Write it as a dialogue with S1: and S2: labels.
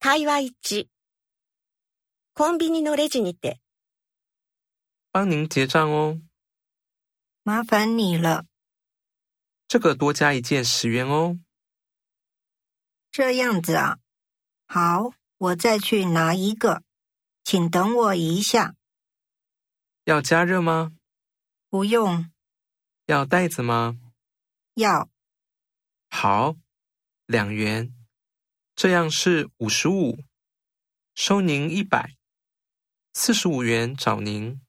S1: 会話1。コンビニのレジにて、
S2: 帮您结账哦，
S3: 麻烦你了，
S2: 这个多加一件十元哦。
S3: 这样子啊，好，我再去拿一个，请等我一下，
S2: 要加热吗？
S3: 不用，
S2: 要袋子吗？
S3: 要
S2: 好，两元，这样是五十五，收您一百，四十五元找您。